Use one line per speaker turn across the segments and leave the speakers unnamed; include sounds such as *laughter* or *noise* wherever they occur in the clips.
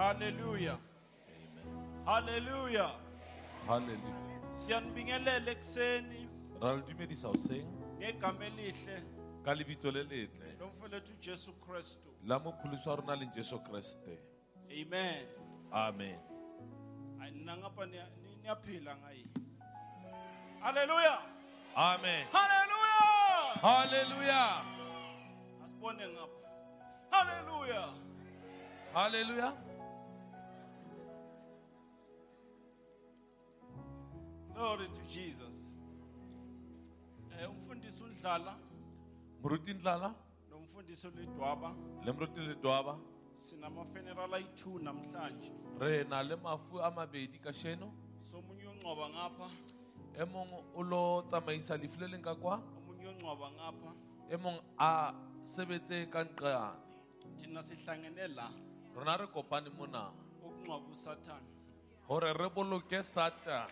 Haleluya. Haleluya.
Hallelujah.
Siyanibingelela ekseni
Ra le dumedisa hoseng
ngegama elihle
ka lebitso le letle
lomfelethu Jesu Kristu.
la mopholisi wa rona leng jesu kreste
Amen.
amen
Hayi nina ngapha niya- ni- niyaphila ngayi. Haleluya.
amen
Haleluya.
halleluya
Asibone ngapha. Haleluya.
halleluya
Glory to Jesus. Eh umfundisi uNdlala
moruti ndlala
nomfundisi uLidwaba
le moruti ledwaba
sinama funeral ayi2 namhlanje.
re na le mafu a mabedi kasheno
Somunye unqoba ngapha,
e mongwe o lo tsamaisa lefu le leng ka kwa
omunye unqoba ngapha.
e mongwe a sebetse ka nqane
Thina sihlangene la.
rona re kopane mona
ukungcwaba usathane
gore re boloke satan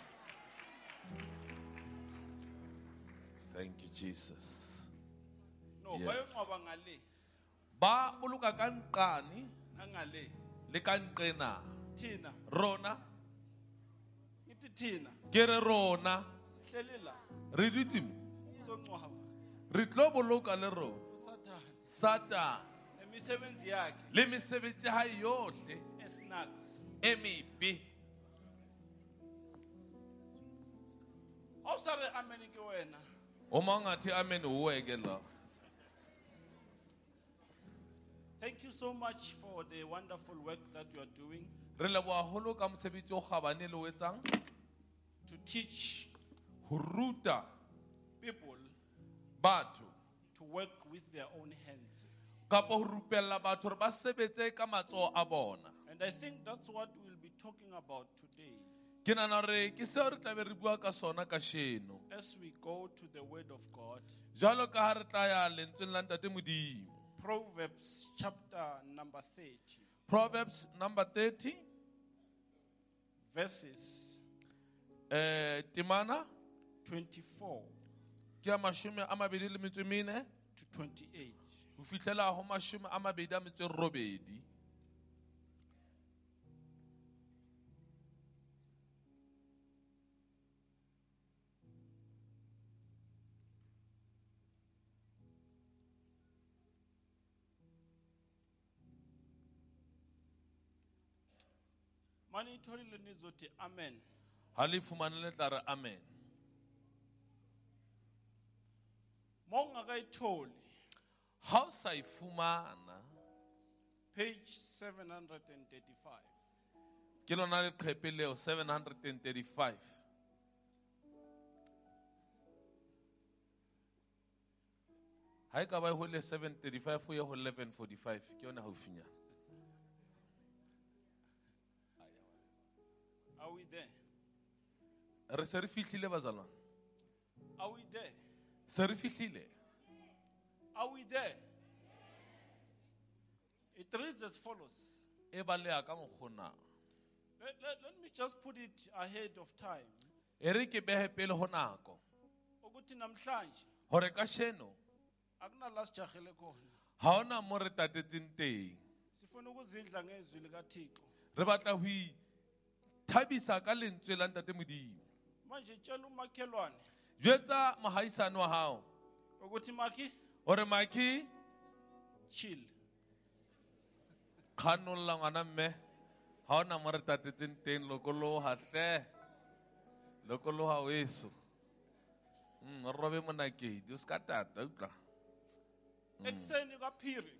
thank you jesus
no
Yes.
bayonqwaba ngale
ba boloka ka nqane
nangale
le ka nqena
thina
rona
ngithi thina
ke re rona
sihleli la
re dutse mo
uzongcwaba
re tlo boloka le rona
usathane
satan
nemisebenzi yakhe
le mesebetsi ya hae yohle
esnacks
e mebe
awusare ameni ke wena
uma ungathi amen uweke la
thank you so much for the wonderful work that you are doing
re leboga golo ka mosebetsi o kgabane le o etsang
to teach
go ruta
people
batho
to work with their own hands
kapa go rupelela batho gore ba sebetse ka matsogo a bona
and i think that's what we'll be talking about today
ke nana gore ke seo re tlabe re bua ka sona ka sheno
as we go to the word of god
jalo ka ga re tla ya lentsweng la ntate modimo
proverbs chapter number 30
proverbs number 30
verses
eh temana
24
ke ya mashome a mabedi le metso e mene
to 28.
ho fitlhela ho mashome a mabedi a metso e robedi
Mani itholile nizothi amen.
ha le fumane le tla re amen
Mongakayitholi
ha o sa e fumana
page 735.
ke lona leqhepe leo 735 ha e ka ba e hole 735 ho ye ho 1145 ke yona haufinyana
Are we there?
re se re fihlile bazalwane
Are we there?
se re fihlile
Are we there? It reads as follows.
e baleha ka mokgonang
Let, let, let me just put it ahead of time.
e re ke behe pele ho nako
Ukuthi namhlanje
gore ka sheno
akuna last jahele khona.
ga ona mo re tatetseng teng
Sifuna ukuzindla ngezwi likaThixo.
re batla go ithabisa ka lentswe la ntate modimo
Manje tshela umakhelwane
jetsa mogaisane wa gago
ukuthi maki
gore maki
chill.
kganolola ngwana mme ga ona mo re tatetseng teng lokologa tle lokologa weso Mm, o robe monakedi o se ka tata utlwa
Ekseni kaphiri.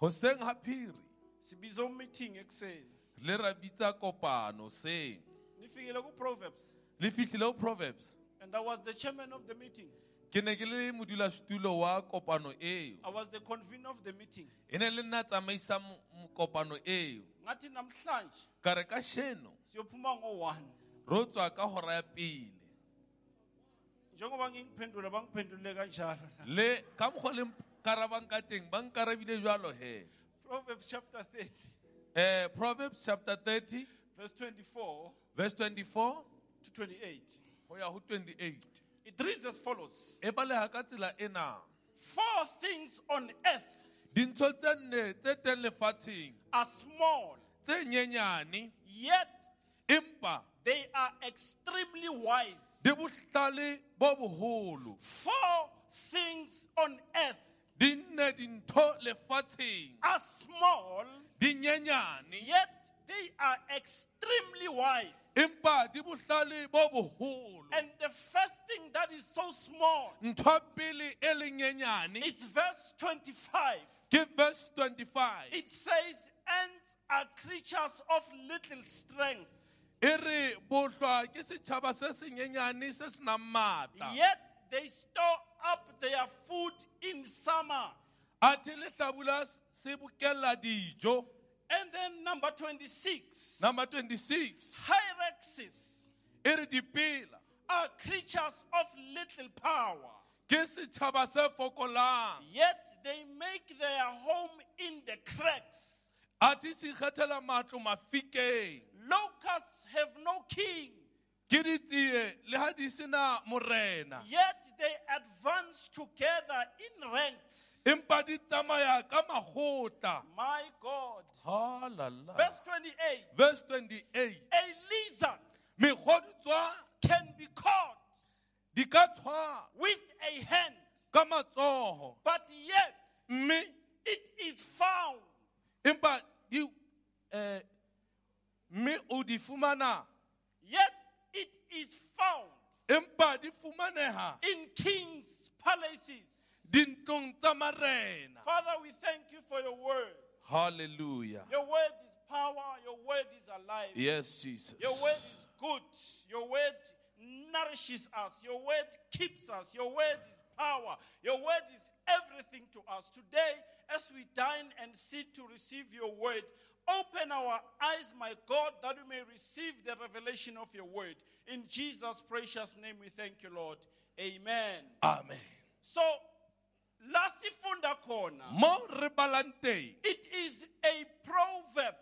goseng ga phiri
sibiza umeeting ekuseni
le ra bitsa kopano seng
nifikile ku-proverbs
le fitlhile go proverbs
and i was the chairman of the meeting
ke ne ke le modulasetulo wa kopano eo
i was the convener of the meeting
e ne le nna tsamaisa mo- mo- kopano eo
ngathi namhlanje
ka re ka sheno
siyophuma ngo-one
ro tswa ka hora ya pele
njengoba ngingiphendula bangiphendulile kanjalo *laughs*
le ka mokgwa le nkarabang ka teng ba nkarabile jwalo he
proverbs chapter 30
um proverbs chapter 30
verse 24
verse 24
to 28
ho ya ho 28
it reads as follows
e baleha ka tsela ena
four things on earth
dintho tse nne tse teng lefatsheng
are small
tse nyenyane
yet
empa
they are extremely wise.
di bohlale bo boholo
Four things on earth
di nne dintho lefatsheng
are small,
di nyenyane
yet they are extremely wise.
empa di bohlale bo boholo
And the first thing that is so small,
ntho ya pele e leng nyenyane
it's verse 25.
ke verse 25
It says, Ants are creatures of little strength,
e re bohlwa ke setšhaba se senyenyane se se nang maatla
yet they store up their food in summer.
athe lehlabula se bokella dijo
And then number 26.
number 26
Hyraxes
e re dipela
are creatures of little power,
ke setšhaba se fokolang
yet they make their home in the cracks.
athe se ikgethela matlo mafikeng
Locusts have no king,
ke ditsie le ha di sena morena
yet they advance together in ranks.
empa di tsamaya ka magotla
My God.
halala
Verse 28
verse 28
A lizard
megotswa
can be caught
di ka tshwa
with a hand,
ka matsogo
but yet
mme
it is found
empa di eh, mme o di fumana
Yet it is found
empa di fumaneha
in kings' palaces.
dintlong tsa marena
Father, we thank you for your word.
halleluya
Your word is power, your word is alive,
yes jesus
your word is good, your word nourishes us, your word keeps us, your word is power, your word is everything to us. Today, as we dine and sit to receive your word, open our eyes, my God, that we may receive the revelation of your word. In Jesus' precious name, we thank you, Lord. Amen.
amen
So, lasifunda khona.
mo re balang teng
It is a proverb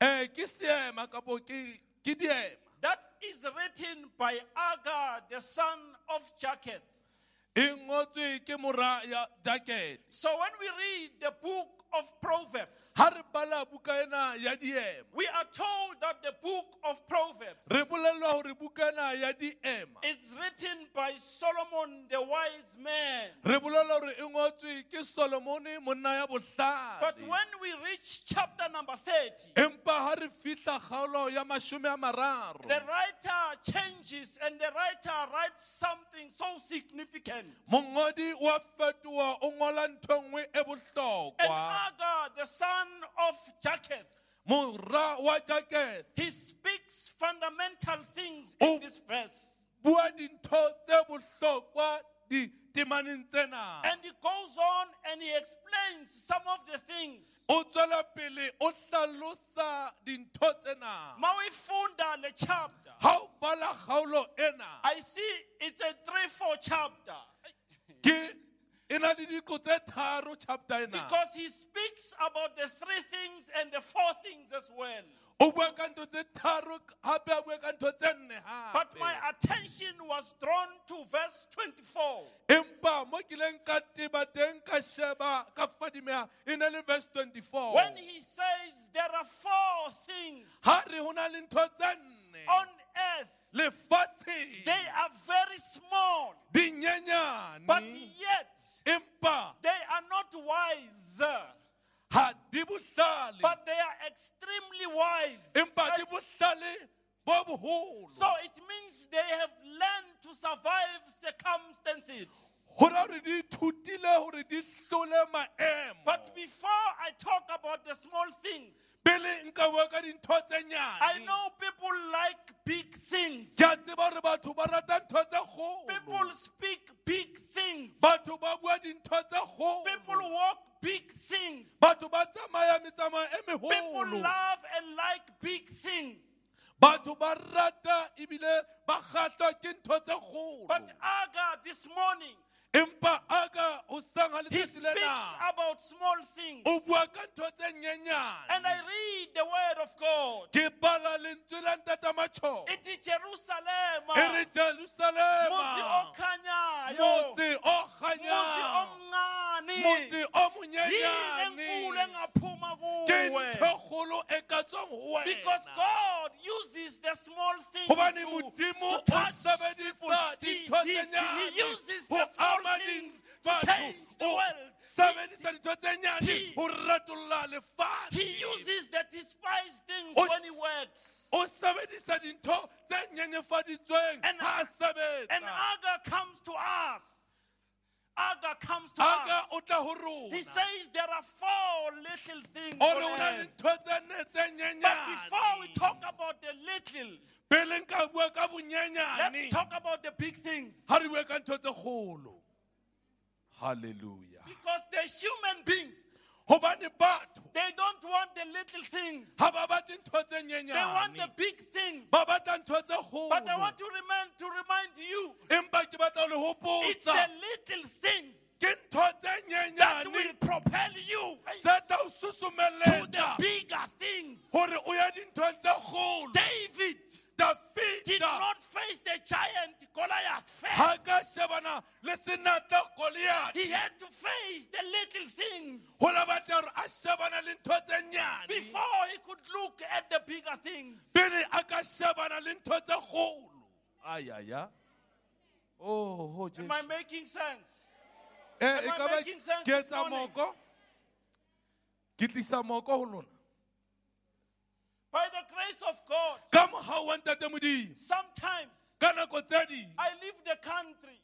eh ke seema kapo ke ke diema
that is written by Agar, the son of Jacob.
e ngotswe ke mora ya jacket
So when we read the book of Proverbs,
ha re bala buka ena ya diema
we are told that the book of Proverbs
re bolelwa hore buka ena ya diema
is written by Solomon the wise man.
re bolelwa hore e ngotswe ke solomone monna ya
But when
bohlale
we reach chapter number 30,
empa ha re fihla kgaolo ya mashome a mararo
the writer changes and the writer writes something so significant.
mongodi wa fetoha o ngola ntho e nngwe e
And
bohlokwa
Agar, the son of Jacob,
mora wa jacket
he speaks fundamental things
Oh.
in this verse.
bua dintho tse bohlokwa ditemaneng tsena
And he goes on and he explains some of the things.
o tswela pele o hlalosa dintho tsena
Mawifunda le chapter.
ha o bala kgaolo ena
I see it's a three, four chapter.
ke e na le diko tse tharo chapter ena
Because he speaks about the three things and the four things as well.
o bua ka ntho tse tharo hape a bue ka ntho tse nne
But my
hape
attention was drawn to verse 24.
empa mo kileng ka teba teng ka sheba ka fadimeha e ne le verse 24
When he says there are four things
Oh. ha re ho na le ntho tse nne
on earth,
lefatsheng
they are very small,
di
but
nyenyane
yet
empa
they are not wise.
ha di bohlale
But they are extremely wise.
empa di bohlale bo
So
boholo
it means they have learned to survive circumstances.
go ra gore di ithutile gore di tlole maemo
But before I talk about the small things,
pele nka bua ka dintho tse
I
nyane
know people like big things.
ke a tseba gore batho ba rata ntho tse
People
kgolo
speak big things.
batho ba bua dintho tse
People
kgolo
walk big things.
batho ba tsamaya metsamao e
People
megolo
love and like big things.
batho ba rata ebile ba kgatlwa ke ntho tse
But
kgolo
Aga this morning,
empa aka o sanga
he
letsatsi
speaks
le na
about small things.
o bua ka ntho tse
And I
nyenyane
read the word of God.
ke bala lentswe la ntata matšhoo
It is
e re
Jerusalem. Musi
jerusalema
okhanyayo.
motse o
muzi
kganyang
omncane
motse o
yini enkulu
monyenyane
engaphuma
ke
kuwe
ntho kgolo e ka tswang ho
Because God uses the small things
gobane
to-
modimo
to
o
touch people.
sebedisa
He- he-
dintho tse
he- he
nyane
uses
ho
the small
ama
things to
batho.
change the
O
world.
sebedisa dintho tse
he-
nyane ho ratolla
He
lefatshe
uses the despised things
O-
when He works.
o sebedisa dintho tse nyenyefaditsweng
And-
ha a
And
sebetsa
anger comes to us. Anger comes to
aga
us.
o tla ho
He
rona
says there are four little things.
o
on
re o na le
earth.
ntho tse ne tse
But before we
nyenyane
talk about the little,
pele nka bua ka
let's
bonyenyane
talk about the big things.
ha re bua ka ntho tse kgolo halleluya
Because the human beings,
gobane batho
they don't want the little things.
ha ba batle ntho tse
They want the
nyenyane
big things.
ba batla ntho tse
But I want
kgolo
to remind to remind you,
empa ke batla ho le
it's the
hopotsa
little things
ke ntho tse
that will
nyenyane
propel you
tse tla o
to the
susumeletsa
bigger things.
hore o ya dinthong tse kgolo
David did
dafita
not face the giant Goliath
ha
first.
ka shebana le senatla
He
goliat
had to face the little things
ho la batla hore a shebana le ntho tse nyane
before he could look at the bigger things.
pele a ka shebana le ntho tse kgolo ayaya oho
Am I making sense?
Eh,
Am I
ekaba
making sense
ke
this
etsa
morning?
moko ke tlisa moko ho lona
By the grace of God,
ka mohao wa ntate modimo
sometimes
ka nako tse ding
I leave the country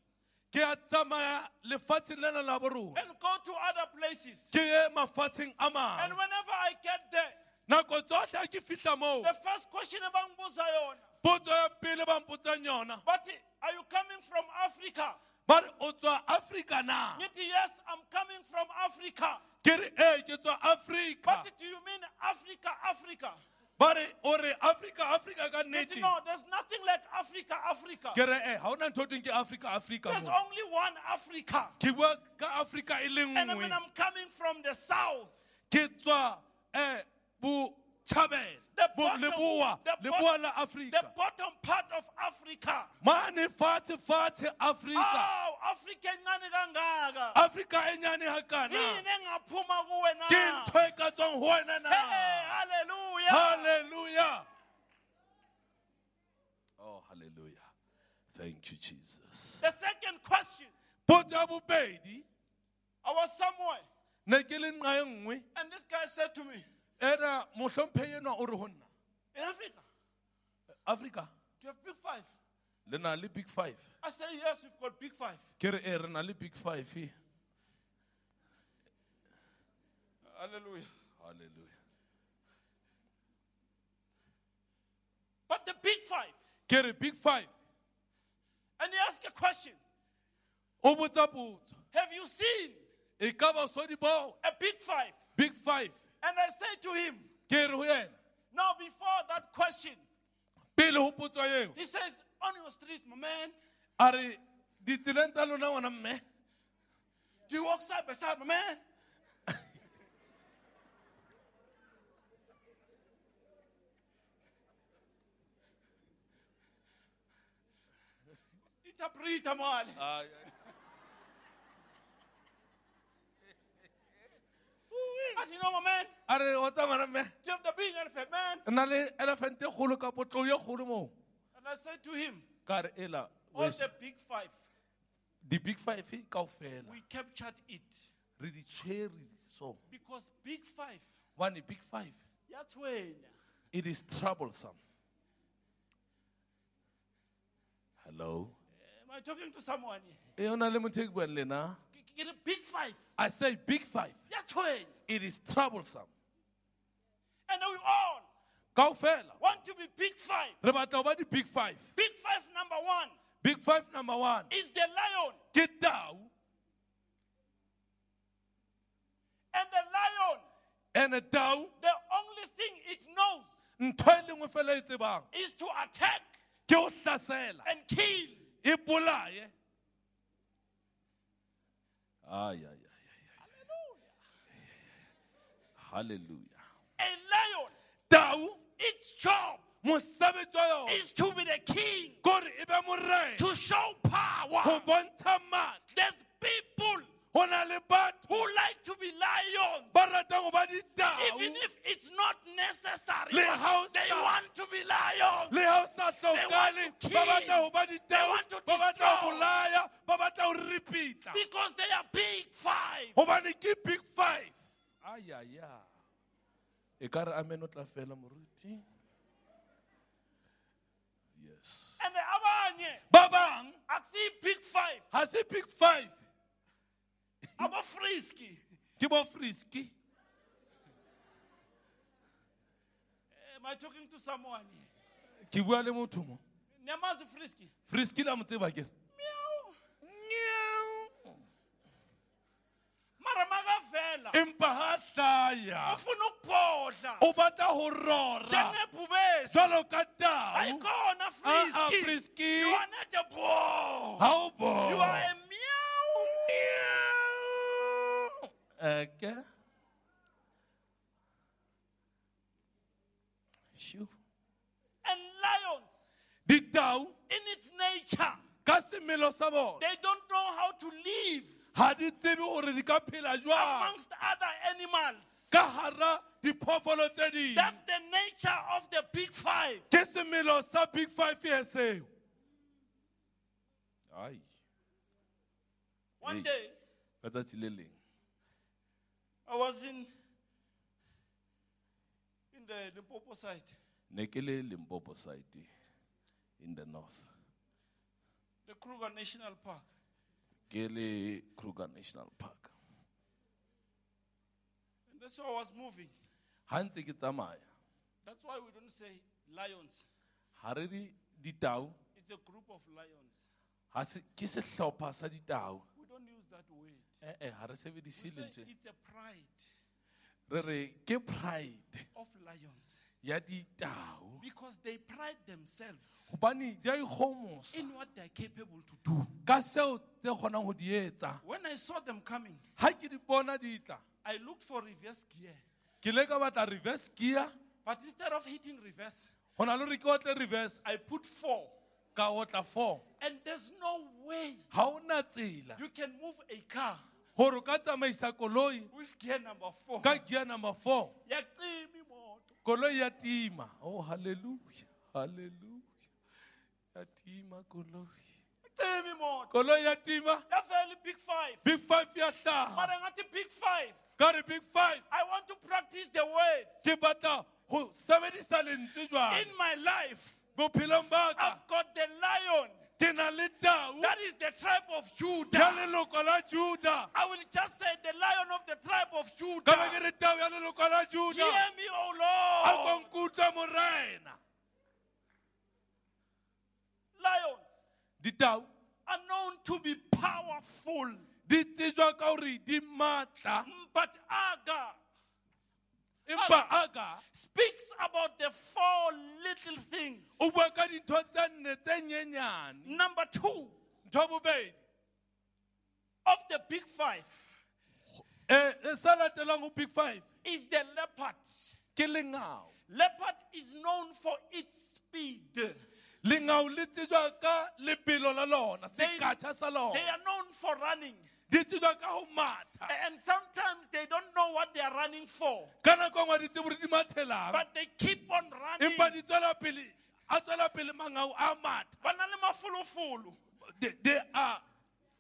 ke a tsamaya lefatsheng lena la borona
and go to other places.
ke ye mafatsheng a
And
mang
whenever I get there,
nako tsohle ha ke fihla moo
the first question about Zion,
potso ya pele ba mpotsang yona
but are you coming from Africa?
ba re o tswa afrika na
Yet, yes, I'm coming from Africa.
ke re ee ke tswa
But
afrika
do you mean Africa, Africa?
ba re o re afrika afrika ka
Yet,
nnete
no, there's nothing like Africa, Africa.
ke re ee eh, ha ona ntho e teng ke afrika afrika
There's
mona.
only one Africa.
ke bua ka afrika e le
oh. And when
nngwe
I'm coming from the south,
ke tswa um
The
botjhabela
bottom-
leboa
the bot-
leboa la
the
afrika
bottom part of Africa.
mane fatshe fatshe afrika
Oh, Africa encane kangaka.
afrika e nyane hakana
Yini engaphuma kuwe na?
ke ntho e ka tswang ho wena na
Hey, hallelujah.
Hallelujah. Oh, hallelujah. Thank you, Jesus.
The second question,
Potso ya bobedi,
I was somewhere,
ne ke le nqa e nngwe,
and this guy said to me,
era mohlomphehi enwa o re ho nna,
In Africa,
Africa,
do you have big five?
le na le Big Five.
I say, Yes, we've got big five.
Ke re, eh, re na le Big Five. eh."
Hallelujah.
Hallelujah.
But the big five.
Ke re, Big Five,
And he asked a question
o botsa potso,
Have you seen
e ka ba o so di bona?
a big five?
Big Five,
And I said to him,
ke re ho yena,
Now, before that question,
pele ho potso eo,
he says, On your streets, my man,
a re, ditseleng tsa lona ngwana mme,
do you walk side by side, my man? Interpreter, man.
Ai, ai.
I said, No, my man,
a re o tsamaya mme
do you have the big elephant, man?
na le elephant e kgolo kapo tlou e kgolo moo
And I said to him,
ka re ela
All
weso,
the big five,
di-big five kaofela
we captured it
re di tshwere so
because big five,
one big five
that's when.
it is troublesome hello
Am I talking to someone? here?
e o na le motho e ke buang le na
K- k- k- Big five,
i say big five
that's when.
it is troublesome
And we all
kaofela
want to be big five.
re batla ho ba di-big five
Big five number one
big five number one
is the lion,
ke tau
and the lion,
ene tau
the only thing it knows
ntho e le nngwe fela e tsebang
is to attack
ke ho hlasela
and kill.
e bolaye ay ay ay haleluya
A lion,
tau
its job
mosebetsi wa yona
is to be the king,
ke hore e be morena
to show power.
ho bontsha matla
There's people
ho na le batho
who like to be lions,
ba ratang go ba ditau
even if it's not necessary.
le ga o
They
sa-
want to be lions.
le ga o sa
want
tlhokane
to
ba batla
kill.
go ba ditau
want to
ba batla go
destroy.
bolaya ba batla go ripitla
Because they are big five.
gobane ke big five ayaya e ka re amen o tla fela moruti yes
And the abanye
ba bang
akusiyi big five
ga se big five
abafriski
ke bo frisky
am i talking to someone here?
ke bua le motho mo
niyamazi ufriski
frisky la mo tseba kere
meow mara makavela
empa ga tlaya
ufuna ukubhodla
o batla go rora
njengebhubesi
jalo ka tao
ayikhona
Ah, ah,
friski
frisky Ah.
you are not a ball
ga o
you are
boeke
a meow
Eh,
and lions
ditau
in its nature
ka semelo sa bona
they don't know how to live
ga di tsebe gore di ka phela jwang
amongst other animals
ka gara diphoofolo tse dingwe
That's the nature of the big five.
ke semelo sa big five ye seo ai
One
Hey.
day,
ka tsatsi le leng
I was in in the Limpopo site.
ne ke le limpopo site in the north
the Kruger National Park.
ke le kruger national park
And that's why I was moving.
ga ntse ke tsamaya
That's why we don't say lions.
ga re di- ditau
It's a group of lions.
ga se- ke setlhopha sa ditau
We don't use that word.
ee ga re
We
sebedisile
say
nje
it's a pride
e, re re ke pride
of lions
ya ditau
because they pride themselves
gobane di a ikgomosa
in what they're capable to do.
ka seo tse kgonang go di etsa
When I saw them coming,
ga ke di bona di tla
I looked for reverse gear.
ke le ka batla reverse gear
But instead of hitting reverse,
go na le gore ke otle reverse
I put four.
ka otla four
And there's no way
ga o na tsela
you can move a car
gore o ka tsamaisa koloi
with gear number four.
ka gear number four
Yaqima imoto.
koloi ya tima oh halleluja halleluja ya tima koloi
Yaqima imoto.
koloi ya tima
Yafela i-Big five.
big five ya hlaga
mara ngathi big five
ka re big five
i want to practice the word
ke batla go sebedisa lentswe jwang
in Ah. my life
bophelong ba ka
i've got the lion
ke na le tau
that is the tribe of
ya
judah
leloko la juda
i will just say the lion of the tribe of
ka be ke
judah
re tau ya leloko la
hear
juda
me oh
a
lord
konkutlwa morena
lions
ditau
are known to be powerful
di tsejwa ka gore di maatla
but aga
empa aka
speaks about the four little things
o bua ka dintho tse nne tse nyenyane
number two
ntho ya bobedi
of the big five
Eh, e sa latelang go big five
is the leopard
ke lengao
leopard is known for its speed
lengao le tsejwa ka lebelo la lona
They-
sekatšha sa
They
lona
are known for running.
di tsejwa ka go matha
A- And sometimes they don't know what they are running for.
ka nako e ngwe di tsebore di mathelang
But they keep on running.
empa di tswela pele a tswela pele mangau a matha
Ba na le mafulufulu.
they, they are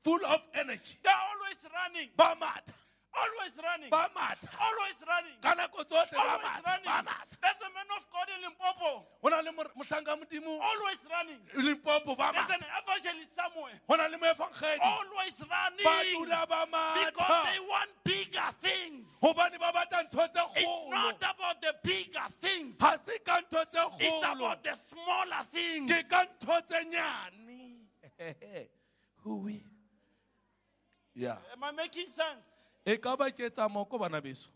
full of energy
They are always running.
ba matha
Always running.
ba matha
Always running.
ka nako tsotlhe ba
Always
matha ba
running.
matha
There's a man of God in Limpopo.
go na le mor- mohlanka modimo
Always running.
limpopo ba
There's an
matha
evangelist somewhere.
go na le moefangedi
Always
ba
running.
dula ba
Because they
matha
want bigger things.
gobane ba batla ntho tse
It's not
kgolo
about the bigger things.
ga se ka ntho tse
It's
kgolo
about the smaller things.
ke ka ntho tse
*laughs*
nyane hui ya
Am I making sense?
e ka ba ke etsa moko bana beso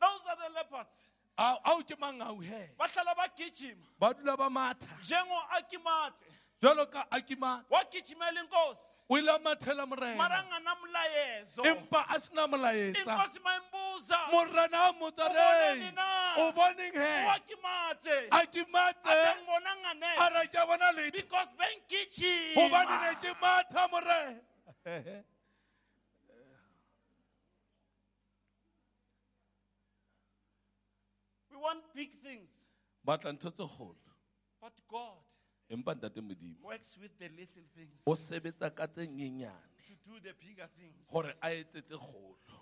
Those are the leopards.
ao ao ke mangau he
bahlala bagijima
ba dula ba matha
njengo-akimathe
jalo ka akima
wagijimela inkosi
o ile a mathela
mara
morena
nganamlayezo
empa a sena molaetsa
inkosi mayimbuza
morena a
O
motsarei
boneng na?
o boneng he
uwakimathe
akimatse
atangibona nganele
a re ke bona letho
because
gobane ne
bengigijima
ke matha morena
We want big things,
*laughs* ba tla ntho tse kgolo
but God
empa ntate modimo
works with the little things
o sebetsa ka tse nyenyane
to do the bigger things.
gore a etse tse kgolo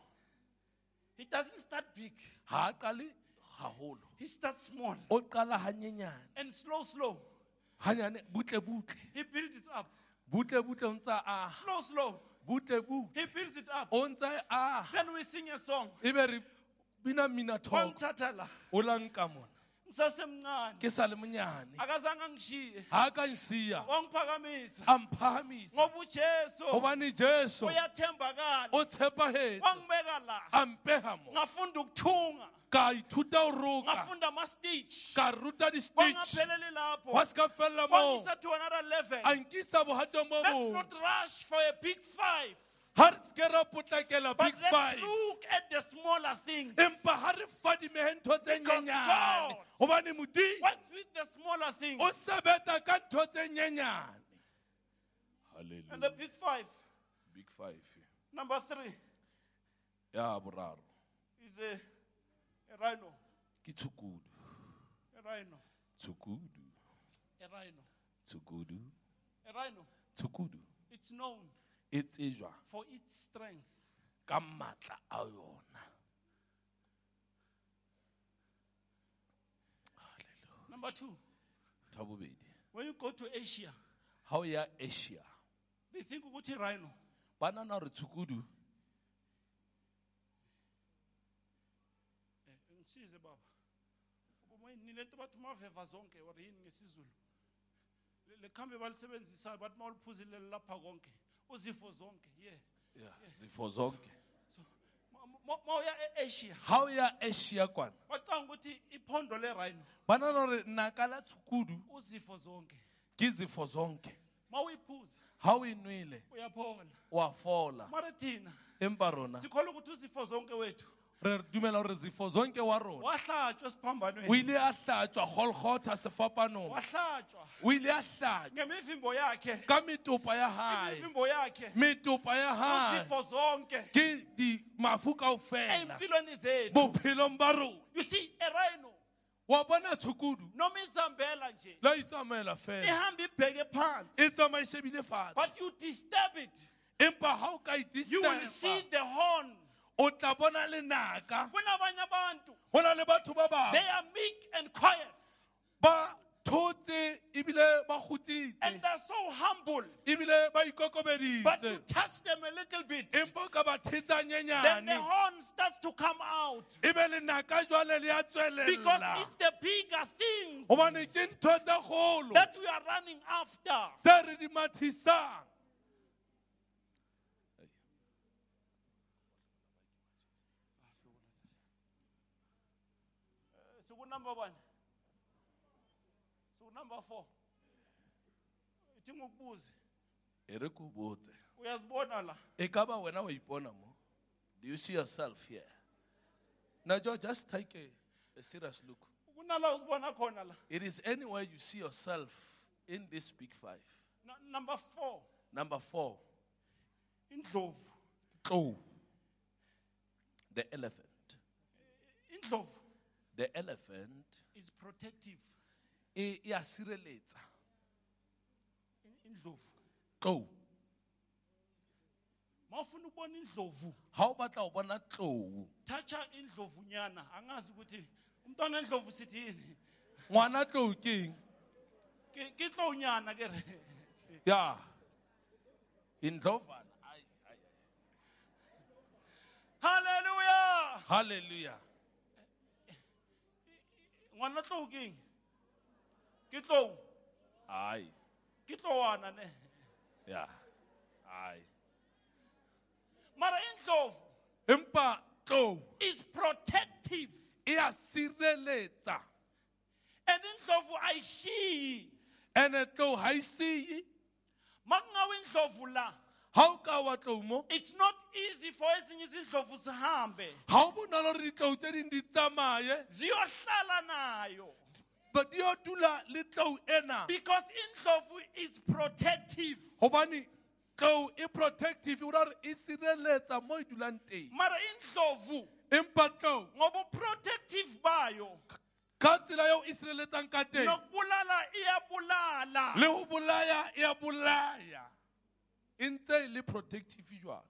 He doesn't start big,
ha a qale haholo
he starts small
o qala hanyenyane
and slow, slow.
hanyane butle butle
He builds it up.
butle butle o ntsa a
Slow, slow.
butle butle
He builds it up.
o ntsa a
Then we sing a song.
ebe re bina mina thoko
Wamthathela,
o la nka mona
ngisasemncane,
ke sa le monyane
akazange angishiye,
ha a ka nsiya
wangiphakamisa.
a mphahamisa
Ngoba uJesu
gobane jesu Oh,
uyathembakala,
o tshepagetse
wangibeka la.
a mpeha mo
Ngafunda ukuthunga,
ka ithuta ho roka
ngafunda ama stage.
ka ruta di-speech
Wangapheleli lapho.
wa se ka felela moo
Wangisa to another level.
a nkisa bohatong bo
Let's not
bong
rush for a big five,
ha re seke ra potlakela
but
big
let's
five
look at the smaller things.
empa ha re fadimehe ntho tse
Because
nyenyane
God-
gobane modimo
What's with the smaller things
o sebetsa ka ntho tse nyenyane
and the
Hallelujah.
big five?
big five
Number three
ya boraro
is a, a rhino.
ke tshukudu
A rhino.
tshukudu
A rhino.
tshukudu
A rhino.
tshukudu
It's known
e tsejwa
for its strength.
ka matla a yona Hallelujah.
Number two,
ntho ya bobedi
when you go to Asia,
ha o ya asia
they think ukuthi rhino.
ba nana gore tshukudu
Eh, ngisize baba. Ngoba uma yini lento bathi maveva zonke or yini ngesiZulu. Le- Lekhambi balisebenzisayo bathi mawuliphuzile lapha konke. Uzifo zonke. Yeah.
Yeah, zifo zonke
So mawuya e-Asia
ha o ya asia kwana
bacanga ukuthi iphondo le-rhino
ba nana gore naka la tshukudu
uzifo zonke
ke zifo zonke
mawuyiphuza
ha o e nwele
uyaphola
wa fola
mara thina
empa rona
sikholwa ukuthi uzifo zonke wethu
re dumela gore zifo zonke wa rona
wahlatshwa
o
esiphambanweni
ile a hlatswa golgotha sefapanong
wahlatshwa
o ile a hlatswa
ngemivimbo yakhe
ka metopa ya hae
imivimbo yakhe
metopa ya hae
uzifo zonke
ke di mafu kaofela
ey'mpilweni zethu
bophelong ba rona
you see erhino
wa bona tshukudu
noma izambela nje
la itsamaela fela
ihambe ibheke phansi
e tsamaya e shebile fatshe
but you disturb it
empa ga o ka e
you will see
disturba
the horn
o tla bona lenaka
kunabanye abantu
go na le batho ba
they
bangwe
are meek and quiet
ba thotse ebile ba
and
gotsitse
they're so humble.
ebile ba
But you
ikokobeditse
touch them a little bit,
empa o ka ba thetsa
then the
nyenyane
horn starts to come out
e be lenaka jwale le ya
because
tswelela
it's the bigger things
gobane ke ntho tse kgolo
that we are running after.
tse re di mathisang
So good number one. So number four. Ithi ngikubuzwe,
e re ko botse
uyazibona la
e ka ba wena wa ipona mo do you see yourself here now jo- just take a, a serious look
kunala uzibona khona la
it is anywhere you see yourself in this big five
Nu- number four
number four
indlovu
Tlow. the elephant
indlovu
the elephant
is protective
e e a sireletsa
In- indlovu
tlou
mawufuna ukubona indlovu
ga o batla go bona tlou
thatsha indlovunyana angazi ukuthi umntwana endlovu sithi yini
ngwana tlou ke eng
Ke- ke tlounyana ke re
ya indlovana
halleluya
halleluja
ngwana tlou keng ke tlou
hayi
ke tlowana ne
ya hayi
mara indlovu
empa tlou
is protective
e a sireletsa
and indlovu ayishiyi
ene tlou ga e seye
makungawe indlovu la
ga o ka wa tlou mo
it's not easy for ezinye izindlovu zihambe
ga o bonalo gore ditlou tse dingwe di tsamaye
ziyohlala nayo
but di yo dula le tlou ena
because indlovu is protective
gobane tlou e protective o ra gore e sireletsa mo e dulang teng
mara indlovu
empa tlou
ngoba uprotective bayo
ka tsela eo e sireletsang ka teng
nokubulala iyabulala
le ho bolaya e ya bolaya e ntse e le protective jwalo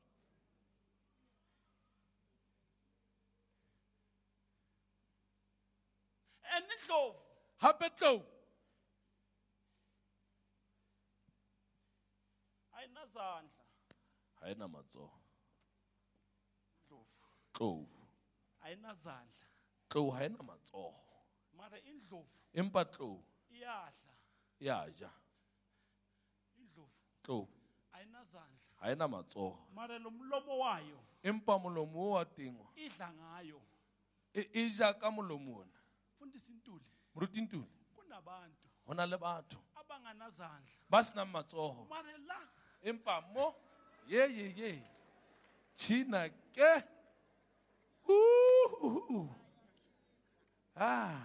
and indlovu
hape tlou
ayinazandla
ha e na matsoho
indlovu
tlou
ayinazandla
tlou ha e na matsoho
mara indlovu
empa tlou
iyadla
e a ja
indlovu
tlou
ayinazandla
ha e na matsoho
mara lo mlomo wayo
empa molomo o wa teng o,
idla ngayo
e e ja ka molomo ona
mfundisi ntuli
morutintule
kunabantu
ho na le batho
abanganazandla
ba senang matsoho
mara la
empa mo ye ye ye tjhina ke Uhuhu. ah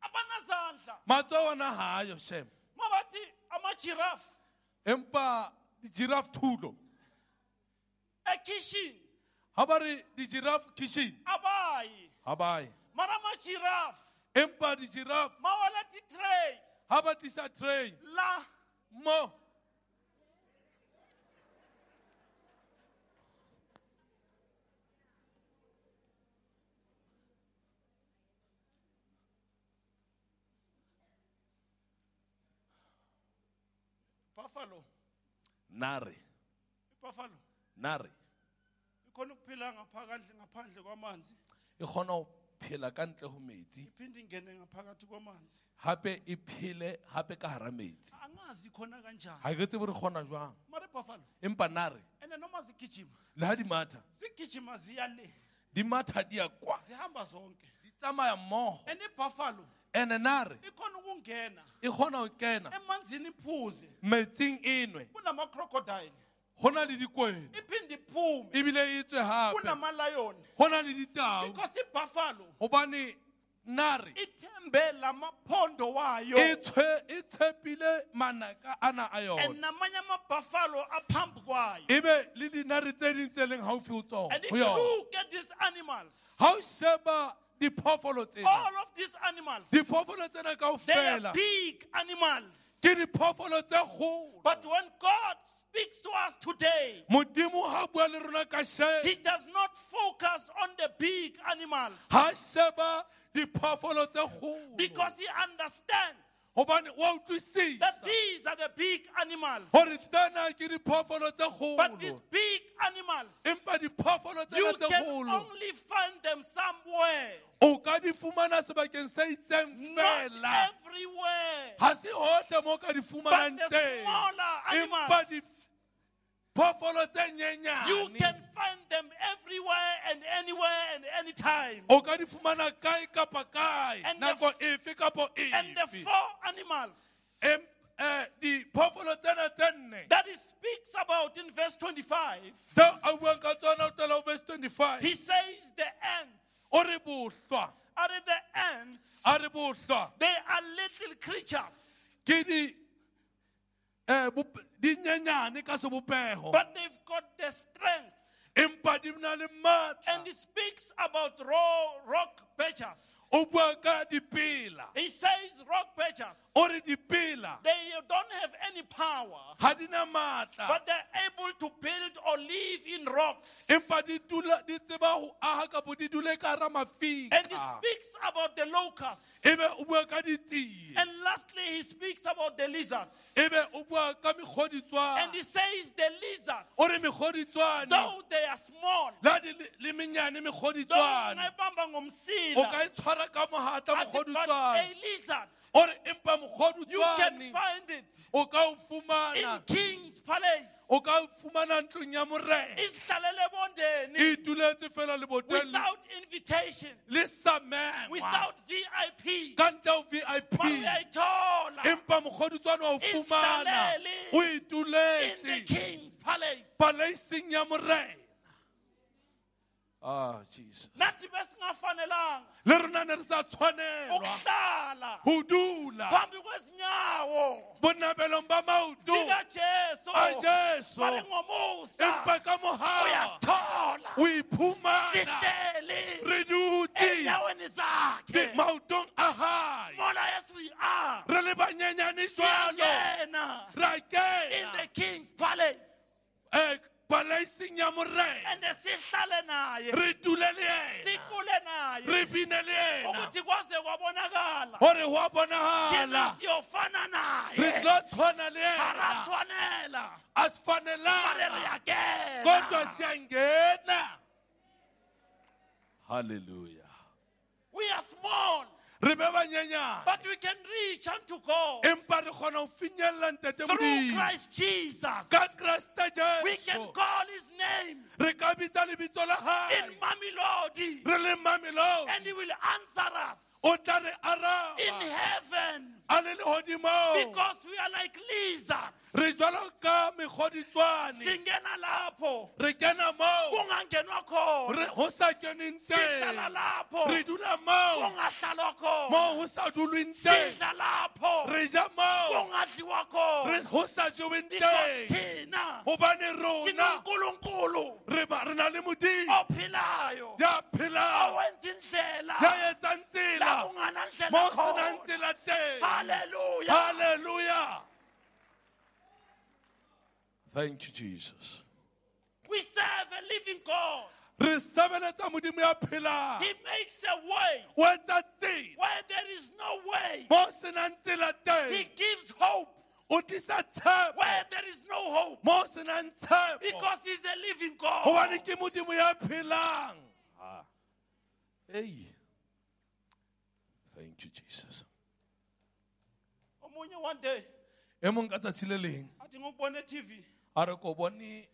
abanazandla
matsoho ona ha ayo shem
mabathi amajirafu
empa di-giraffe thulo
ekishini
ha ba re di-giraffe kitchen
abayi
ha ba ye
mara amajirafu
empa di-giraffe
mawala titray
ha ba tlisa tray
la
mo
buffalo
nare
ibuffalo
nare
ikhona ukuphila ngaphakathi ngaphandle kwamanzi
e kgona ho phela ka ntle ho metsi
iphinde ingene ngaphakathi kwamanzi
hape e phele hape ka hara metsi
angazi khona kanjani
ha ke tsebe re kgona jwang
mara ibuffalo
empa nare
ene noma zigijima
le ha di matha
zigijima ziya le
di matha di ya kwa
zihamba zonke
di tsamaya mmoho
and ibuffalo
ene nare
ikhona ukungena
e kgona ho kena
emanzini iphuze
metsing e nwe
kunamacrocodile
ho na le dikwene
iphinde iphume
ebile e tswe hape
kunamalayoni
ho na le ditau
because ibuffalo
hobane nare
ithembe lamaphondo wayo
e tshwe- e tshepile manaka ana a
and
yona
namanye amabuffalo aphambi kwayo
ebe le dinare tse ding tse leng haufi ho tsona
And if
ho
you
yona
look at these animals,
ha o sheba diphoofolo
all
tsena
of these animals,
diphoofolo tsena
they are
kaofela
big animals.
ke diphoofolo tse kgolo
But when God speaks to us today,
modimo ha bua le rona kasheno
He does not focus on the big animals
ha sheba diphoofolo tse
because
kgolo
He understands
gobane wa
that
utlwisisa
these are the big animals.
gore tsena ke diphoofolo tse
But these
kgolo
big animals,
empa diphoofolo
you
tsena tse
can
kgolo
only find them somewhere,
o ka di fumana sebakeng se itseng
not
fela
everywhere.
ga se gotlhe mo o ka di fumanang
But the
teng
smaller
empa
animals,
diphoofolo tse
You can
nyenyane
find them everywhere and anywhere and anytime.
o ka di fumana kae kapa kae
And the
nako
f-
efe kapo
And the
efe
four animals
Em- eh, diphoofolo tsena tse nne
that he speaks about in verse 25,
tseo a buang ka tsona o tlela ho verse 25
he says the ants
o re bohlwa
are the ants,
a re bohlwa
they are little creatures,
ke di eh, bop- di nyenyane ka sebopeho
but they've got the strength.
Ah. empa di na le matla
And he speaks about raw rock badgers.
o bua ka dipela
He says rock badgers,
o re dipela
they don't have any power,
ha di na matla
but they're able to build or live in rocks.
empa di dula di tseba ho aha kapo di dule ka hara
And he
mafika
speaks about the locusts.
ebe o bua ka ditsie
And lastly, he speaks about the lizards.
ebe o bua ka
And he
megoditswane
says the lizards,
o re megoditswane
though they are small,
la di le- le menyane
though
megoditswane
ungayibamba
o ka
ngomsila,
e tshwara ka mohatla
athi, but a
mogoditswane
lizard,
o re empa
you can
mogoditswane
find it
o ka o
in
fumana
King's palace.
o ka o fumana ntlong ya morena
Isihlalele
e
ebondeni,
ituletse fela leboteng
Without invitation,
le samengwa
without VIP,
ka ntle ho vip
but uyayithola
empa mogoditswane wa o
E
fumana
hlalele
o
in the
ituletse
King's palace.
palaiseng ya morena ah jesus
nathi besingafanelanga
le rona ne re sa tshwanelwa
ukuhlala
go dula
phambi kwezinyawo
bonabelong ba maoto
zikajesu
a jesu
balingomusa
empa ka mogala
uyasithola
o iphumana
sihleli
re dutse
endaweni zakhe
maotong a gae
mola yesu uyi-a
re le banyenyane jalo
siyangena
ra
in the
kena
king's palace
eh, palaising ya morena
ende sihlale naye
re dule le ena
sikule naye
re bine le ena
ukuthi kwaze kwabonakala
gore go
thina
a bonagala
siyofana
re
naye
tlo tshwana le ena
harafanela
a se
mare
fanelanga kodwa
riyakela
siyangena halleluya
we are small
re be banyenyana
but we can reach unto god
empa re kgona go finyelela ntete
through
modimo
christ jesus
ka kreste
we can
jesu
call his name
re ka bitsa lebitso la
in
gae
mamelodi
re le mamelao
and he will answer us
o tla re Oh,
in
araba
heaven
a le legodimao
because we are like lizards
re jalo ka megoditswane
singena lapho
re kena moo
kungangenwa khona
re- go sa keneng
sihlala
teng re
lapho
dula moo
kungahlalwa khona
moo go sa dulweng teng
sidla lapho
re ja moo
kungadliwa
re
khona
go sa jeweng
because
teng
thina
gobane rona
sinonkulunkulu
re ba- re na le modimo
Oh. ophilayo
ya phelang
owenza indlela
ya etsang
Oh, la
tsela
kungana
mo
ndlela
senang
khona
tsela teng
haleluya
hallelujah thank you jesus
we serve a living god
re sebeletsa modimo ya phelang
he makes a way
o etsa tsela
where there is no way
mo senang tsela
he
teng
gives hope
o tlisa tshepo
where there is no hope
mo senang tshepo
because he's a living god
gobane ke modimo ya phelang ei thank you jesus
omunye one day
e mong ka tsatsi le leng
athi ngikubone TV
a re ko bone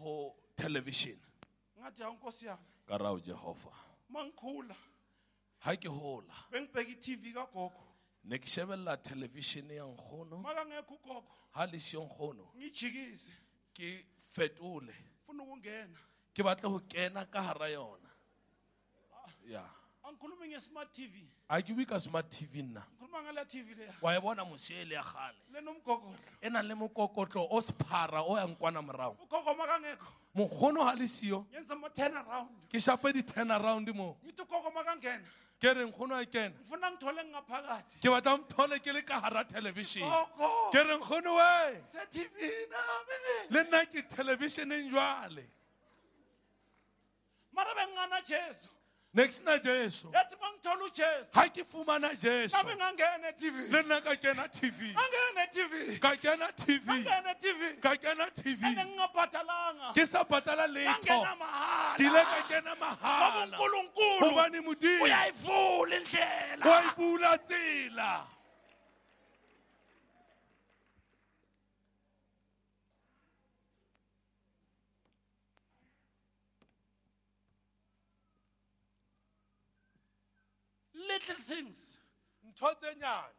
go television
ngathi awunkosi yami
ka rao jehova
mangikhula
ha ke hola
bengibheka iTV kagogo
ne ke shebelela television ya nkgono
maka ngekho ugogo
ha le siyo nkgono
ngijikise
ke fetole
ufuna ukungena
ke batla go kena ka hara yona ya
angikhulumi nge-smart TV
a ke bue ka smart tv nna
ngikhuluma ngala TV leya
wa e bona mosele ya gale
lenomgogodlo
e nang le mokokotlo o sephara o yang kwana morago
ugogo makangekho
mokgono ha le siyo
ngenza ama-ten around
ke shape di-turn around mo
ngithi ugogo makangena
ke re nkgono a kena
ngifuna ngithole ngingaphakathi
ke batla mthole ke le ka hara television
gogo
ke re nkgono we
se-tvini ami
le nna ke televisioneng jwale
mara bengingana jesu
ne ke sena jeso
yathi ma ngithole ujesu
ga ke fumana jeso
kabe ngangena
le
etvini
nna ka kena tv
angena etvini
ka kena tv
angena etvini
ka kena
ende
tv
ngingabhadalanga
ke sa patala letho
angena
ke ile ka
mahala
kena mahala
obunkulunkulu
gobane modimo
uyayivula
o e
indlela
bula tsela
little things
ntho tse nyane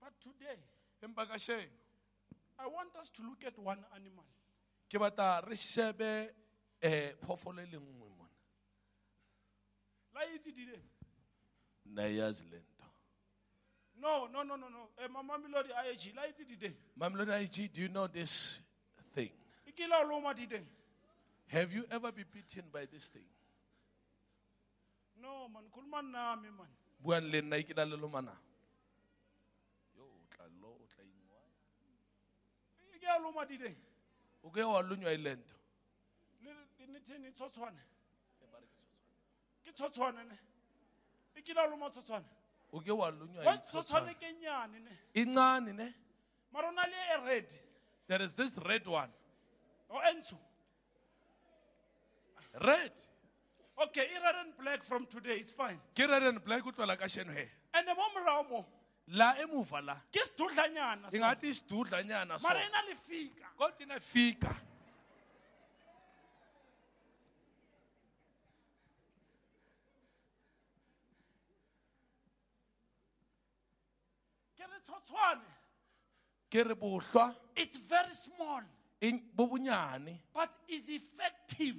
but today
empa ka sheno
i want us to look at one animal
ke batla re shebe um phofolo e le nngwe mona
la itse dile
nayas lento
no no no no no eh, mamamelodi a eji la itse dide
mamlona ig do you know this thing
e kile o loma dide
have you ever been beaten by this thing
no man khuluma nami man
buang le nna e ke na le lomana yo o tla lo o tla ingwa
e ke a loma dide
o ke wa lonywa island
nithini tshotshwane ke tshotshwane ne e kile a loma tshotshwane
o ke wa lonywa
wa
e
tshotshwane
tshotshwane.
ke nyane ne
incane ne
mara o na le e Oh, red
there is this red one
o entsho
red
okay e red and black from today it's fine
ke red and black o tlola ka sheno he
and mo morago mo
la emuva la
ke sedudlanyana so.
ingathi isidudlanyana so
mara e na le fika
kodwa inafika
ke re tshotshwane
ke re bohlwa
it's very small
eng- bo bonyane
but is effective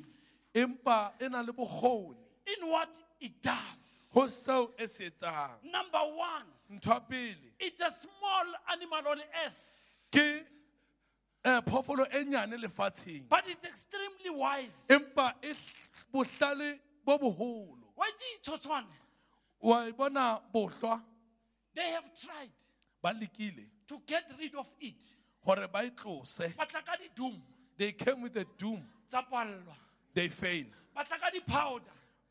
empa e na le bokgoni
in what it does.
go seo e se etsang
Number one,
ntho ya pele
it's a small animal on earth,
ke um phoofolo e nyane lefatsheng
but it's extremely wise.
empa e hl- bohlale bo boholo
Why did it one?
wa e bona bohlwa
They have tried
ba lekile
to get rid of it.
gore ba e tlose
Batlakadi doom,
they came with the doom
zapalwa.
they fail
Batlakadi powder,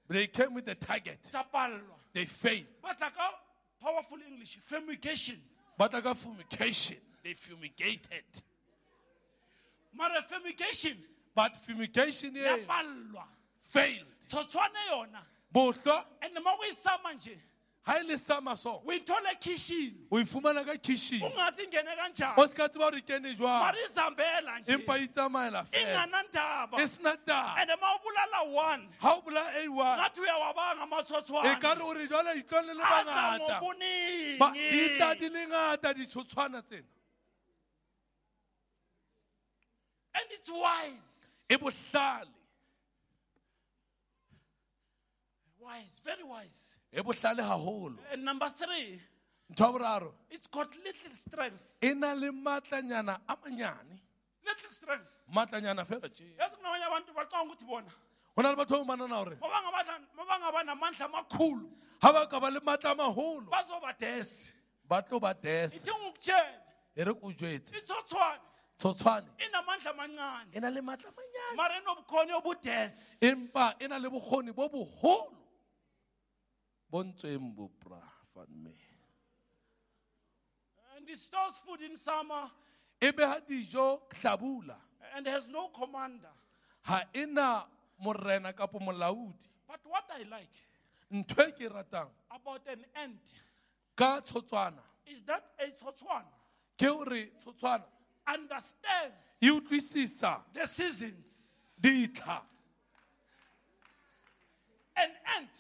they came with the target
zapalwa.
they fail
Batlaka powerful English, fumigation.
ba tla ka fumigation they fumigated
Mara fumigation,
but fumigation
yeah.
e
yapalwa.
failed
Tsotshwane yona.
bohlwa
And the more we summon nje,
ha e le sa maso
we told a kitchen.
o e fumana ka kitchen
Ungazi ngene
o
kanjani.
se ka tseba gore kene jwang
Mari zambela
empa
nje.
e tsamaela fela
Ingana
e
ndaba.
sena taba
And the more bulala one.
ha o bola a one
Ngathi uyawabanga
e ka re
amatsotswana.
o re jwale itlong le le
Asa
bangata Ba- di tla
ngobuningi.
di le ngata ditshotshwana tsena
And it's wise.
e bohlale
Wise, very wise.
e bohlale haholo
And number three,
ntho ya boraro
it's got little strength.
e na le maatlanyana a manyane
Little strength.
maatlanyana fela tje
Yazi kunabanye abantu bacabanga ukuthi bona
go na le batho ba manana gore
ngoba ngabadla- ngoba ngabanamandla amakhulu
ga ba ka ba le maatla a magolo
bazoba desi.
ba tlo ba desa
Idinga ukutshela.
e re ko jetse
Itsotswana
tshotshwane
inamandla amancane.
e na le maatla a manyane
mara enobukhoni obudesi
empa e na le bokgoni bo bogolo bo ntsweng bopra fanme
and it stores food in summer
e beha dijo tlhabula
and has no commander
ha e na morena kapo molaodi
but what i like
ntho e ke e ratang
about an ant
ka tshotshwana
is that a tsotshwana
ke hore tshotshwana
understands
e utlwisisa
the seasons
ditlha
an ant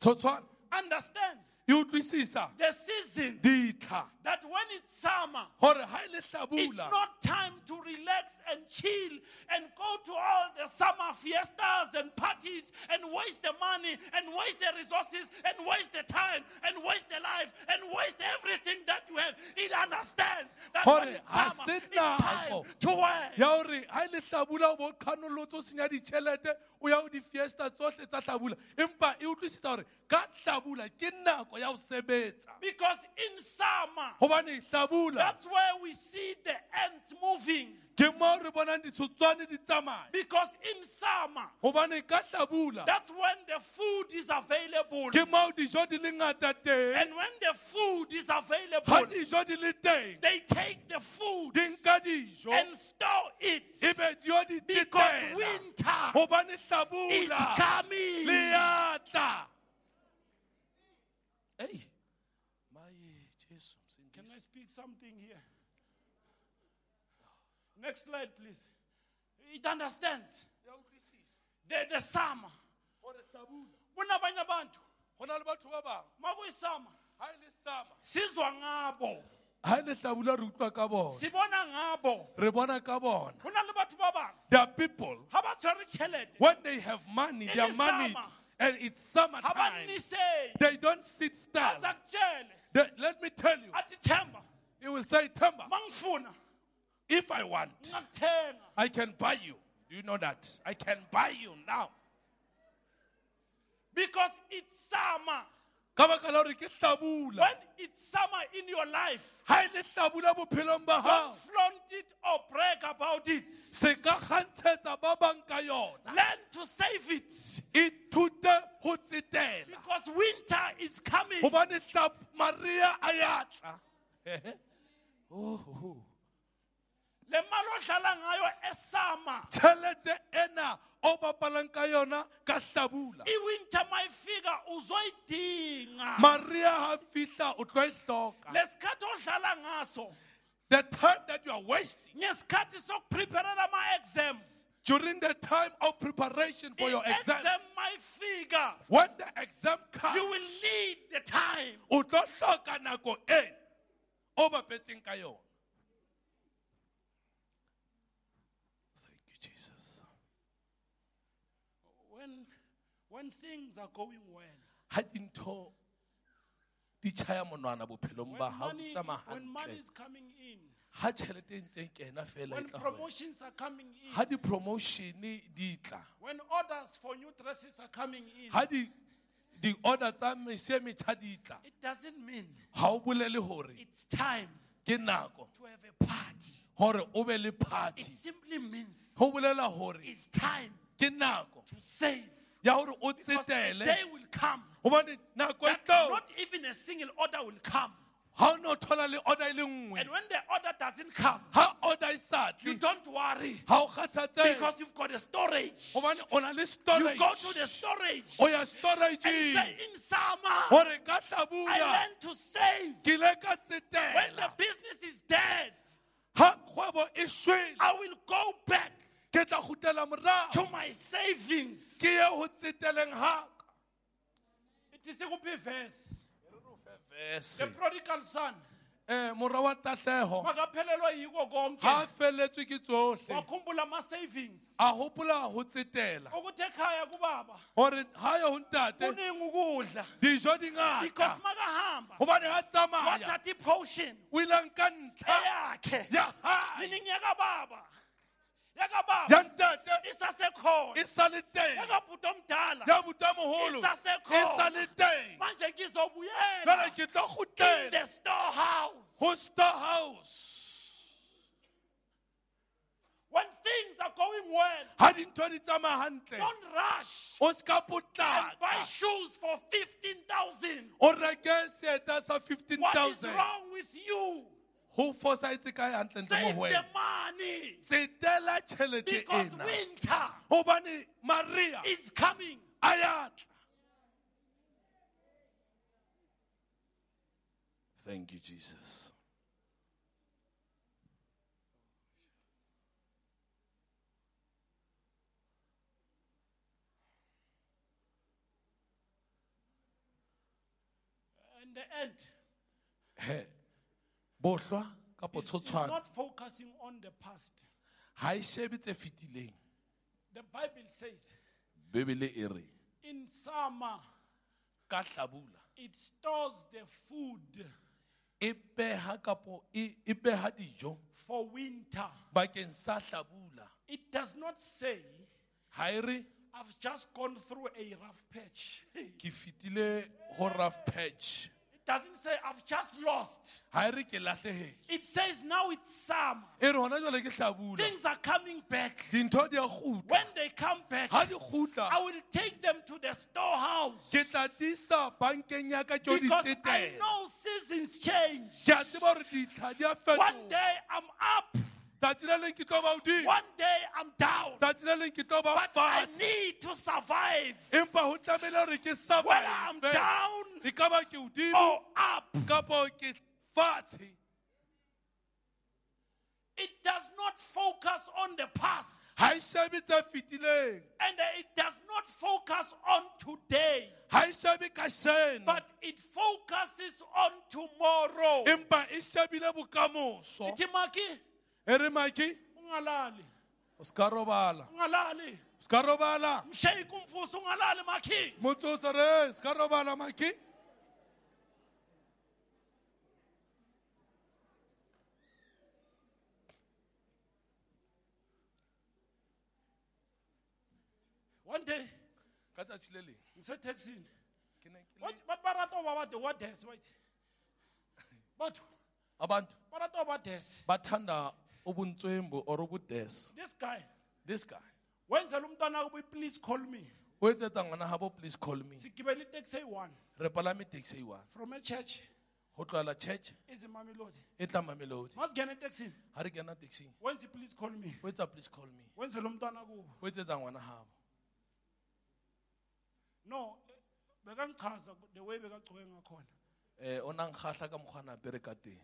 tshotshwana
understands
e utlwisisa
the season
ditlha
that when it's summer
gore ha e le
it's
hlabula
not time to relax and chill and go to all the summer fiestas and parties and waste the money and waste the resources and waste the time and waste the life and waste everything that you have. It understands that when
Hore,
it's
ha
summer,
se
it's time
nako.
to work.
ya hore ha e le hlabula o bo qhanollotse o senya ditšhelete o ya o di-fiesta tsohle tsa hlabula empa e utlwisisa hore ka hlabula ke nako ya ho sebetsa
Because in summer,
gobane hlabula
that's where we see the ants moving.
ke moo re bonang ditshotshwane di tsamaya
Because in summer,
gobane ka hlabula
that's when the food is available.
ke moo dijo di le ngata teng
And when the food is
ga
available,
dijo di le teng
they take the food
di nka dijo
and store it
e be dio di
because
tetela
winter
gobane
is
hlabula
coming.
le yatla ei maye jesu
Can I speak something here? Next slide, please. It understands the, the summer.
gore hlabula
kunabanye abantu
go na le batho ba bangwe
makuyisama
ga e le sama
sizwa ngabo
ga e le hlabula re utlwa ka bona
sibona ngabo
re bona ka bona
kuna le batho ba bang
their people
ha ba tshwere tjhelete
when they have money
It
they are
is
money
summer.
and it's
ha ba
summertime
nisei
they don't sit still
azakutshele
They- let me tell you
athi themba
he will say Tamba
mangifuna
if I want
ngakuthenga
I can buy you do you know that I can buy you now
because it's summer
ka baka la hore ke hlabula
When it's summer in your life,
ha e le hlabula bophelong ba
don't
hao
flaunt it or brag about it.
se ka kganthetsa ba bang ka yona
Learn to save it
ithute go tsetela
because winter is coming.
gobane hlap- maria a yatla
Le malo dlala ngayo e esama.
tšhelete ena o bapalang ka yona ka hlabula
Iwinter mayifika uzoyidinga.
maria ha fihla o tlo e hloka
Lesikhathi odlala ngaso.
the time that you are wasting
Ngesikhathi sokupreparera ama exam.
during the time of preparation for your exam
Exam mayifika.
when the exam comes
You will need the time.
o tlo hloka nako e ena o bapetseng ka yona
when things are going well,
ha dintho di chaya monwana bophelong
when
ba hao
money,
di tsamaya
when money
hantle
is coming in,
ha tjhelete e ntse e kena fela e
when
tla ho wena.
promotions are coming in,
ha di-promotion di tla
when orders for new dresses are coming in,
ha di- di-order tsa mese metjha di tla
it doesn't mean
ha o bolele hore
it's time
ke nako
to have a party.
hore o be le
It
party
simply means
ho bolela hore
it's time
ke nako
to save.
ya hore o
Because the day
tsetele
will come
hobane nako e
that
tlo
not even a single order will come.
ha o no thola le order e le nngwe
And when the order doesn't come,
ha order e sa
you
tle
don't worry
ha o kgathatsehe
because you've got a storage.
hobane o na le
You
Oh storage Oh,
go to the storage
o ya
and say,
storageng
in summer,
hore ka
I
hlabula
learned to save.
ke le ka
When the
tsetela
business is dead,
ha kgwebo e shwele
I will go back
ke tla kgutlela morao
to my savings.
ke ye ho tseteleng haka
It is a good verse. The
Vese.
prodigal son,
Eh, mora wa tahleho
makaphelelwa yiko
ha a
konke.
felletswe ke tsohle
Wakhumbula ama savings.
a hopola ho tsetela
ukuthi ekhaya kubaba
hore ha yo ho ntate
kuningi ukudla
dijo di
because
ngata
makahamba
hobane ha tsamaya
wathatha ipotion
o ile nka ntlha
eyakhe
ya hae
meaning yakababa yakababa
ya ntate e
isasekhona
sa le teng
yakabhuta omdala
ya botamoholo
Isasekhona.
e sa le teng
manje
jale
ngizobuyela
ke tla
in
kgutlela
the storehouse
ho storehouse
when things are going well
ha dintho di tsamaya hantle
don't rush
o se ka
and buy
potlaka
shoes for 15000
o reke seeta sa
what is
15000
wrong with you
ho fosahetse kae hantle ntle mo
save the
ho wena
money
tsetela tjhelete
because
ena
winter
hobane maria
is coming
a ya tla thank you jesus
and the end
He, bohlwa kapo
It's it's
tshotshwana
not focusing on the past.
ha e shebe tse fetileng
The Bible says,
bebele e re
in summer,
ka hlabula
it stores the food
e beha kapo e e beha dijo
for winter.
bakeng sa hlabula
It does not say,
ha e re
I've just gone through a rough patch. *laughs* It
ke fetile ho rough patch
doesn't say, I've just lost.
ha e re ke lahlehetse
It says, now it's summer.
e re hona jwale ke hlabula
Things are coming back.
dintho di a kgutla
When they come back,
ha di
I
kgutla
will take them to the storehouse
ke tla tisa bankeng ya ka keo di
because I
tsetela
know seasons change.
ke a tseba hore ditlha di a
One
fetoga
day I'm up,
tsatsi le leng ke tlo ba hodimo
one day I'm down.
tsatsi le leng ke tlo ba
But I
fatshe
need to survive.
empa ho tlamehile hore ke
Whether I'm
survive
down
e ka ba ke
or
hodimo
up,
kapo ke fatshe
it does not focus on the past
ha e shebe tse fetileng
and it does not focus on today,
ha e shebe kasheno
but it focuses on tomorrow.
empa e shebile bokamoso
Ithi Maki,
e re maki
ungalali,
o se ka robala
ungalali.
o se ka robala
Mshayike umfusi, ungalali Maki.
motsotso re se ka robala maki
One day,
ka tsatsi le leng
ngise taxini.
ke ne ke le-
Wathi bathi barata ubaba the what dance wait. Batho
abantu
barata ubaba dance.
bathanda ubuntswembu or ubudese
This guy
this guy
wenzela umntwana kubi please call me.
o etsetsa ngwana gabo please call me
Sigibele itaxi eyi-one
re palame taxi e one
from a church
go tlwaela church
izimamelodi
e tla mamelodi
masingena eteksini
ga re kena taxing
wenze please call me
o etsa please call me
wenzele umntwana kubo
o etsetsa ngwana gabo
no eh, bekangichaza the way bekagcoke ngakhona
um o nankgatlha ka mokgwana apere ka teng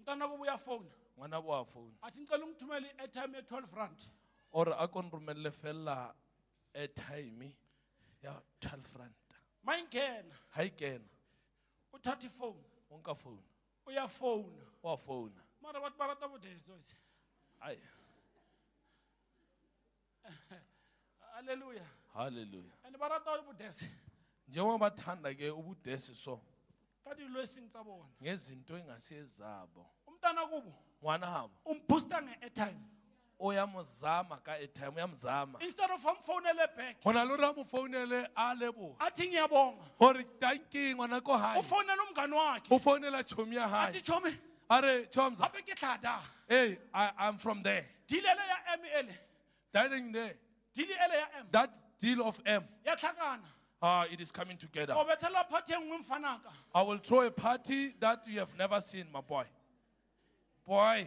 umntwana kubo uyafona
ngwana bo a founu
athi ngicela ungithumele i-airtime ye-twelve rand
ore a ko nromelele fela airtime ya twelve ranta
ma ingena
ga e kena
uthatha ifowuni
o nka founu
uyafowuna
o a founa
mara bathi barata bodesoze
ai
halleluya
haleluya
and ba rata ubudese
njengoba bathanda ke ubudesi so
ka dilo tsa bona
ngezinto engasiyezabo
umntana kubo
ngwanabo
umbooster nge-airtime
uyamuzama ka-airtime uyamzama
instead of amfowunele back
go na le ore a mo founele a leboga
athi ngiyabonga
gore tanki ngwana ko gae
ufowunela umngani wakhe
o founela chomi ya
athi
gae
tshome
a re chomza
gape ke tlhada
hey I, i'm from there
dilele ya m ele
dining there
dile ele ya m
that deal of m
ya tlhakana
ah, it is coming together
o bethelela phathi e nngwe mfanaka
i will throw a party that you have never seen my boy boy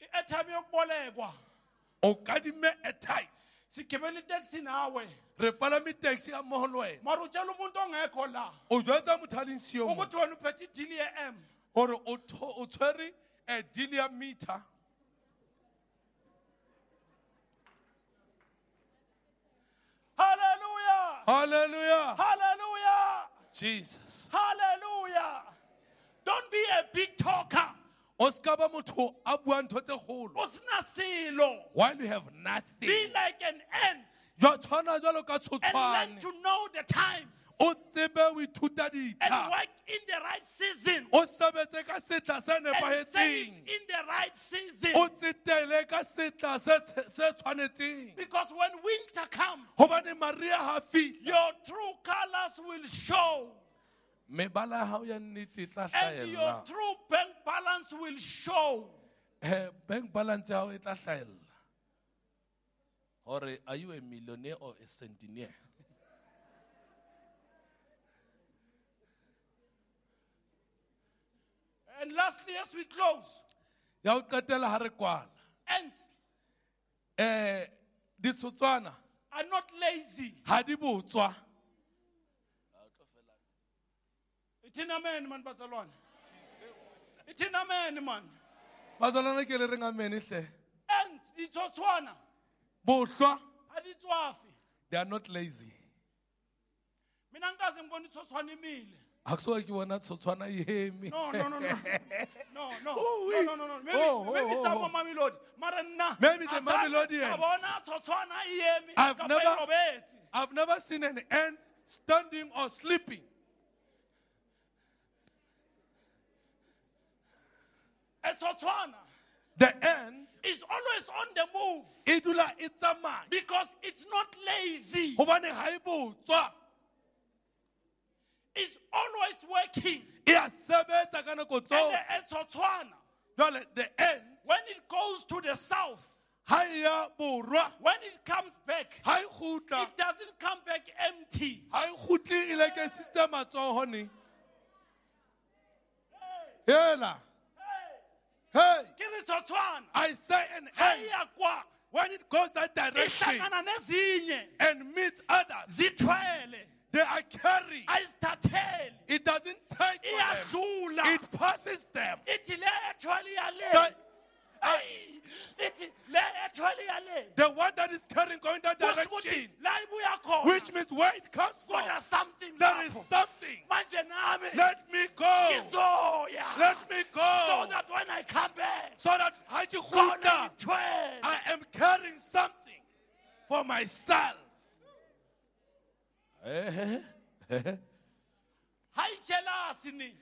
i-airtime yokubolekwa
o kadime airtime
sigibela iteksi nawe
re palame taxi ga mmogo le wena
mara utshela umuntu ongekho la
o jwetsa motho a leng seo
ukuthi wena uphethe idili ye-m
gore o tho- o tshwere a deal ya meter
halleluya
halleluya
halleluya
jesus
halleluya don't be a big talker
o seka ba motho a buang ntho tse kgolo
o sena selo
while you have
be
nothing
like an ant
jwa tshwana jalo ka
and learn
tshotshwane
to know the time
o tsebe o ithuta
and
ditlha
work in the right season
o sebetse ka setla se
and save in
nepagetseng
the right season
o tsetele ka setla se tshe- se tshwanetseng
because when winter comes
gobane maria ga fitlha
your true colors will show
mebala ya gago ya nnete e tla
and your
hlaella.
true bank balance will show
Eh, bank balance ya gago e tla hlaella. Hore, are you a millionaire or a centenaire
and lastly as we close
ya o qetela ha re kwala
ants
um ditshotswana
are not lazy
ha di botswa
ithina mani mani bazalwane ithina mani mani
bazalwana ke le reng amene hle
ants ditshotshwana
bohlwa
ha di tswafe
they are not lazy
mina ngikaze ngibona itshotshwana imile
a ke soka ke bona tshotshwana e eme
no no no no no
*laughs*
no
Oh,
no
oui.
no no no maybe
Oh, oh,
maybe
oh,
some
oh.
mamelodi mara nna
Maybe the
azange
Mamelodians.
ngabona tshotswana iyemi
I've
kapa
never-
irobetse
*laughs* I've never seen an ant standing or sleeping.
a tshotswana
The ant
is always on the move
e dula e tsamaya
because it's not lazy
gobane ga e botswa
it's always working
e a sebetsa ka nako
and
tsohle.
a tshotswana
jale the ant
when it goes to the south
ga e ya borwa
when it comes back
ga e gutla
it doesn't come back empty
ga e gutle e lekesitse matsogo ne hela hey
ke re tshotswana
i say an
ha
ant
ya kwa
when it goes that direction
ihlangana e nezinye
and meets others
zithwele
they are carried
ayisithatheli
it doesn't take for them.
iyadlula
it passes them
ithi le ethwele iyale
So-
Ayi, ithi le ethwele iyale
The one that is carrying going that
Kusho
direction,
ukuthi la ibuya khona
which means where it comes from,
kodwa something
there is
lapho.
something.
manje nami
Let me go.
ngizoya
Let me go.
so that when i come back
So that I just
khona
hold up.
ngithwele
I am carrying something for myself. Eh?
hayijelasi ni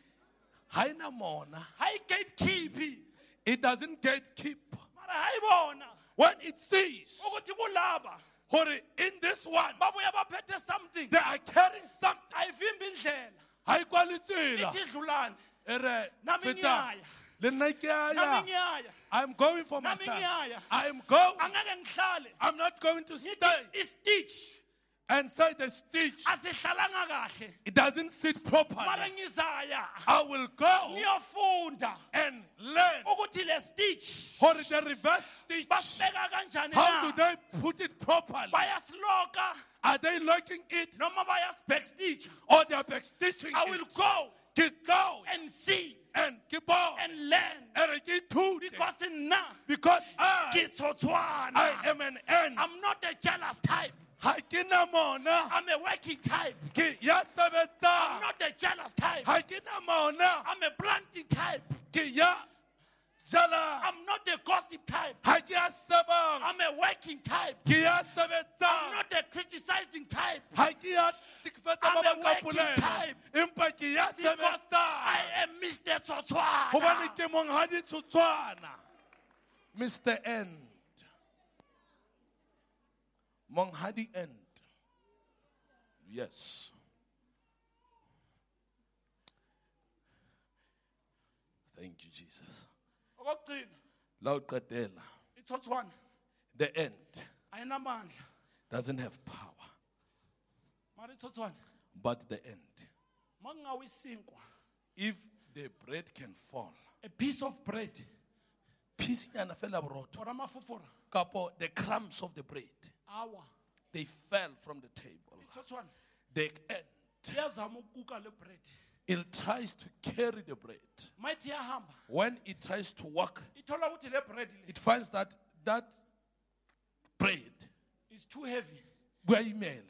Haina mona.
hayigatekeephi
It doesn't get keep.
mara hayibona
When it sees,
ukuthi kulaba
hurry, in this one,
babuya baphethe something
they are carrying something.
ayivimbi indlela
High quality.
ithi idlulane Nami ngiyaya. nami
Lenaikia.
ngiyaya
I'm going for
Nami
myself.
ngiyaya.
I'm going.
angeke ngihlale
I'm not going to stay
ngithi istitch
and say the stitch.
asihlalanga kahle
It doesn't sit
mara
properly.
ngizaya
I will go
ngiyofunda
and learn
ukuthi le stitch
for the reverse stitch.
basibeka kanjani
How do
na
they put it properly?
bayasiloka
Are they locking it
noma bayasibackstitch
or they are backstitching
i will
it?
go
Get down
and see
and keep on
and learn
and get to them.
because nna
because I, I
ngithothwana
am an end.
i'm not a jealous type
Ha ke na mona.
i'm a working type
Ke ya
i'm
sebetsa.
not a jealous type
Ha ke na mona.
i'm a planting type
Ke ya jalang
I'm not a gossip type.
ga ke a sebang
I'm a working type.
ke a
I'm
sebetsang
not a criticizing type.
ga ke a tlhekefetsa ba
I'm a
bang ka
working
polelo
type.
empa ke a
Because I
sebetsang
am Mr. Tsotwana.
gobane ke monghadi tshotshwana mr end monghadi end yes thank you jesus
Okokugcina,
la o qetela
iTsotwana
the end
ayinamandla.
doesn't have power
Mara iTsotwana
but the end
mangawisinkwa
if the bread can fall
a piece of bread
piecenyana fela borotho
or amafufura
kapo the crumbs of the bread
awa
they fell from the table
iTsotwana
the end
iyazama ukukuka le bread.
it tries to carry the bread.
Mayithi iyahamba
When it tries to walk,
ithola ukuthi le bread le
it finds that that bread
is too heavy.
kuyayimela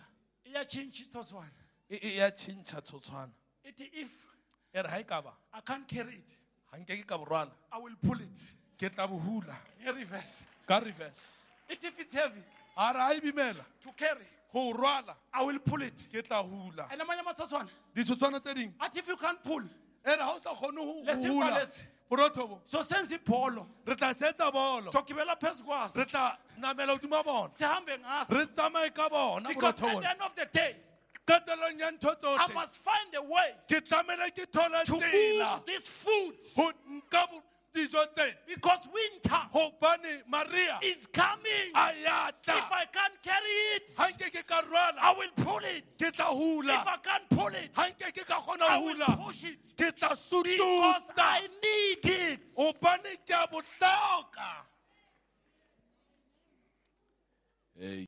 Iyatshintsha iTsotwana.
e e iyatshintsha tshotshwana
Ithi if
e re ga e ka ba
I can't carry it,
ga nke ke ka borwala
I will pull it.
ke tla bo hula
In reverse.
ka reverse
Ithi if it's heavy
a re a e bimela
to carry,
go rwala
I will pull it.
ke tla hula
And amanye amaTsotwana
ditshotshwana tse dingwe
athi if you can't pull,
e re ga o sa kgone ho-
Le
ho hula
simpa
borotho bo
so senze ibholo.
re tla seetsa bolo
sogibela phezu kwaso
re tla namela hodima bona
sihambe ngaso
re tsamaye ka bona
because at
borotho
the
bona
end of the day
qetelong ya ntho
i
tsohle
must find a way
ke tlamehile ke thole
to move
tsela
this food
ho nka bo- dijo tsena
because winter
gobane maria
is coming
a
if
yatla
i can't carry it
ga nke ke ka
i
rwala
will pull it
ke
if
tla
i
hula
can't pull it
ga nke ke ka kgona
i
ho
will
hula
push it
ke tla
because i
sututa
need it
gobane ke a botlhoka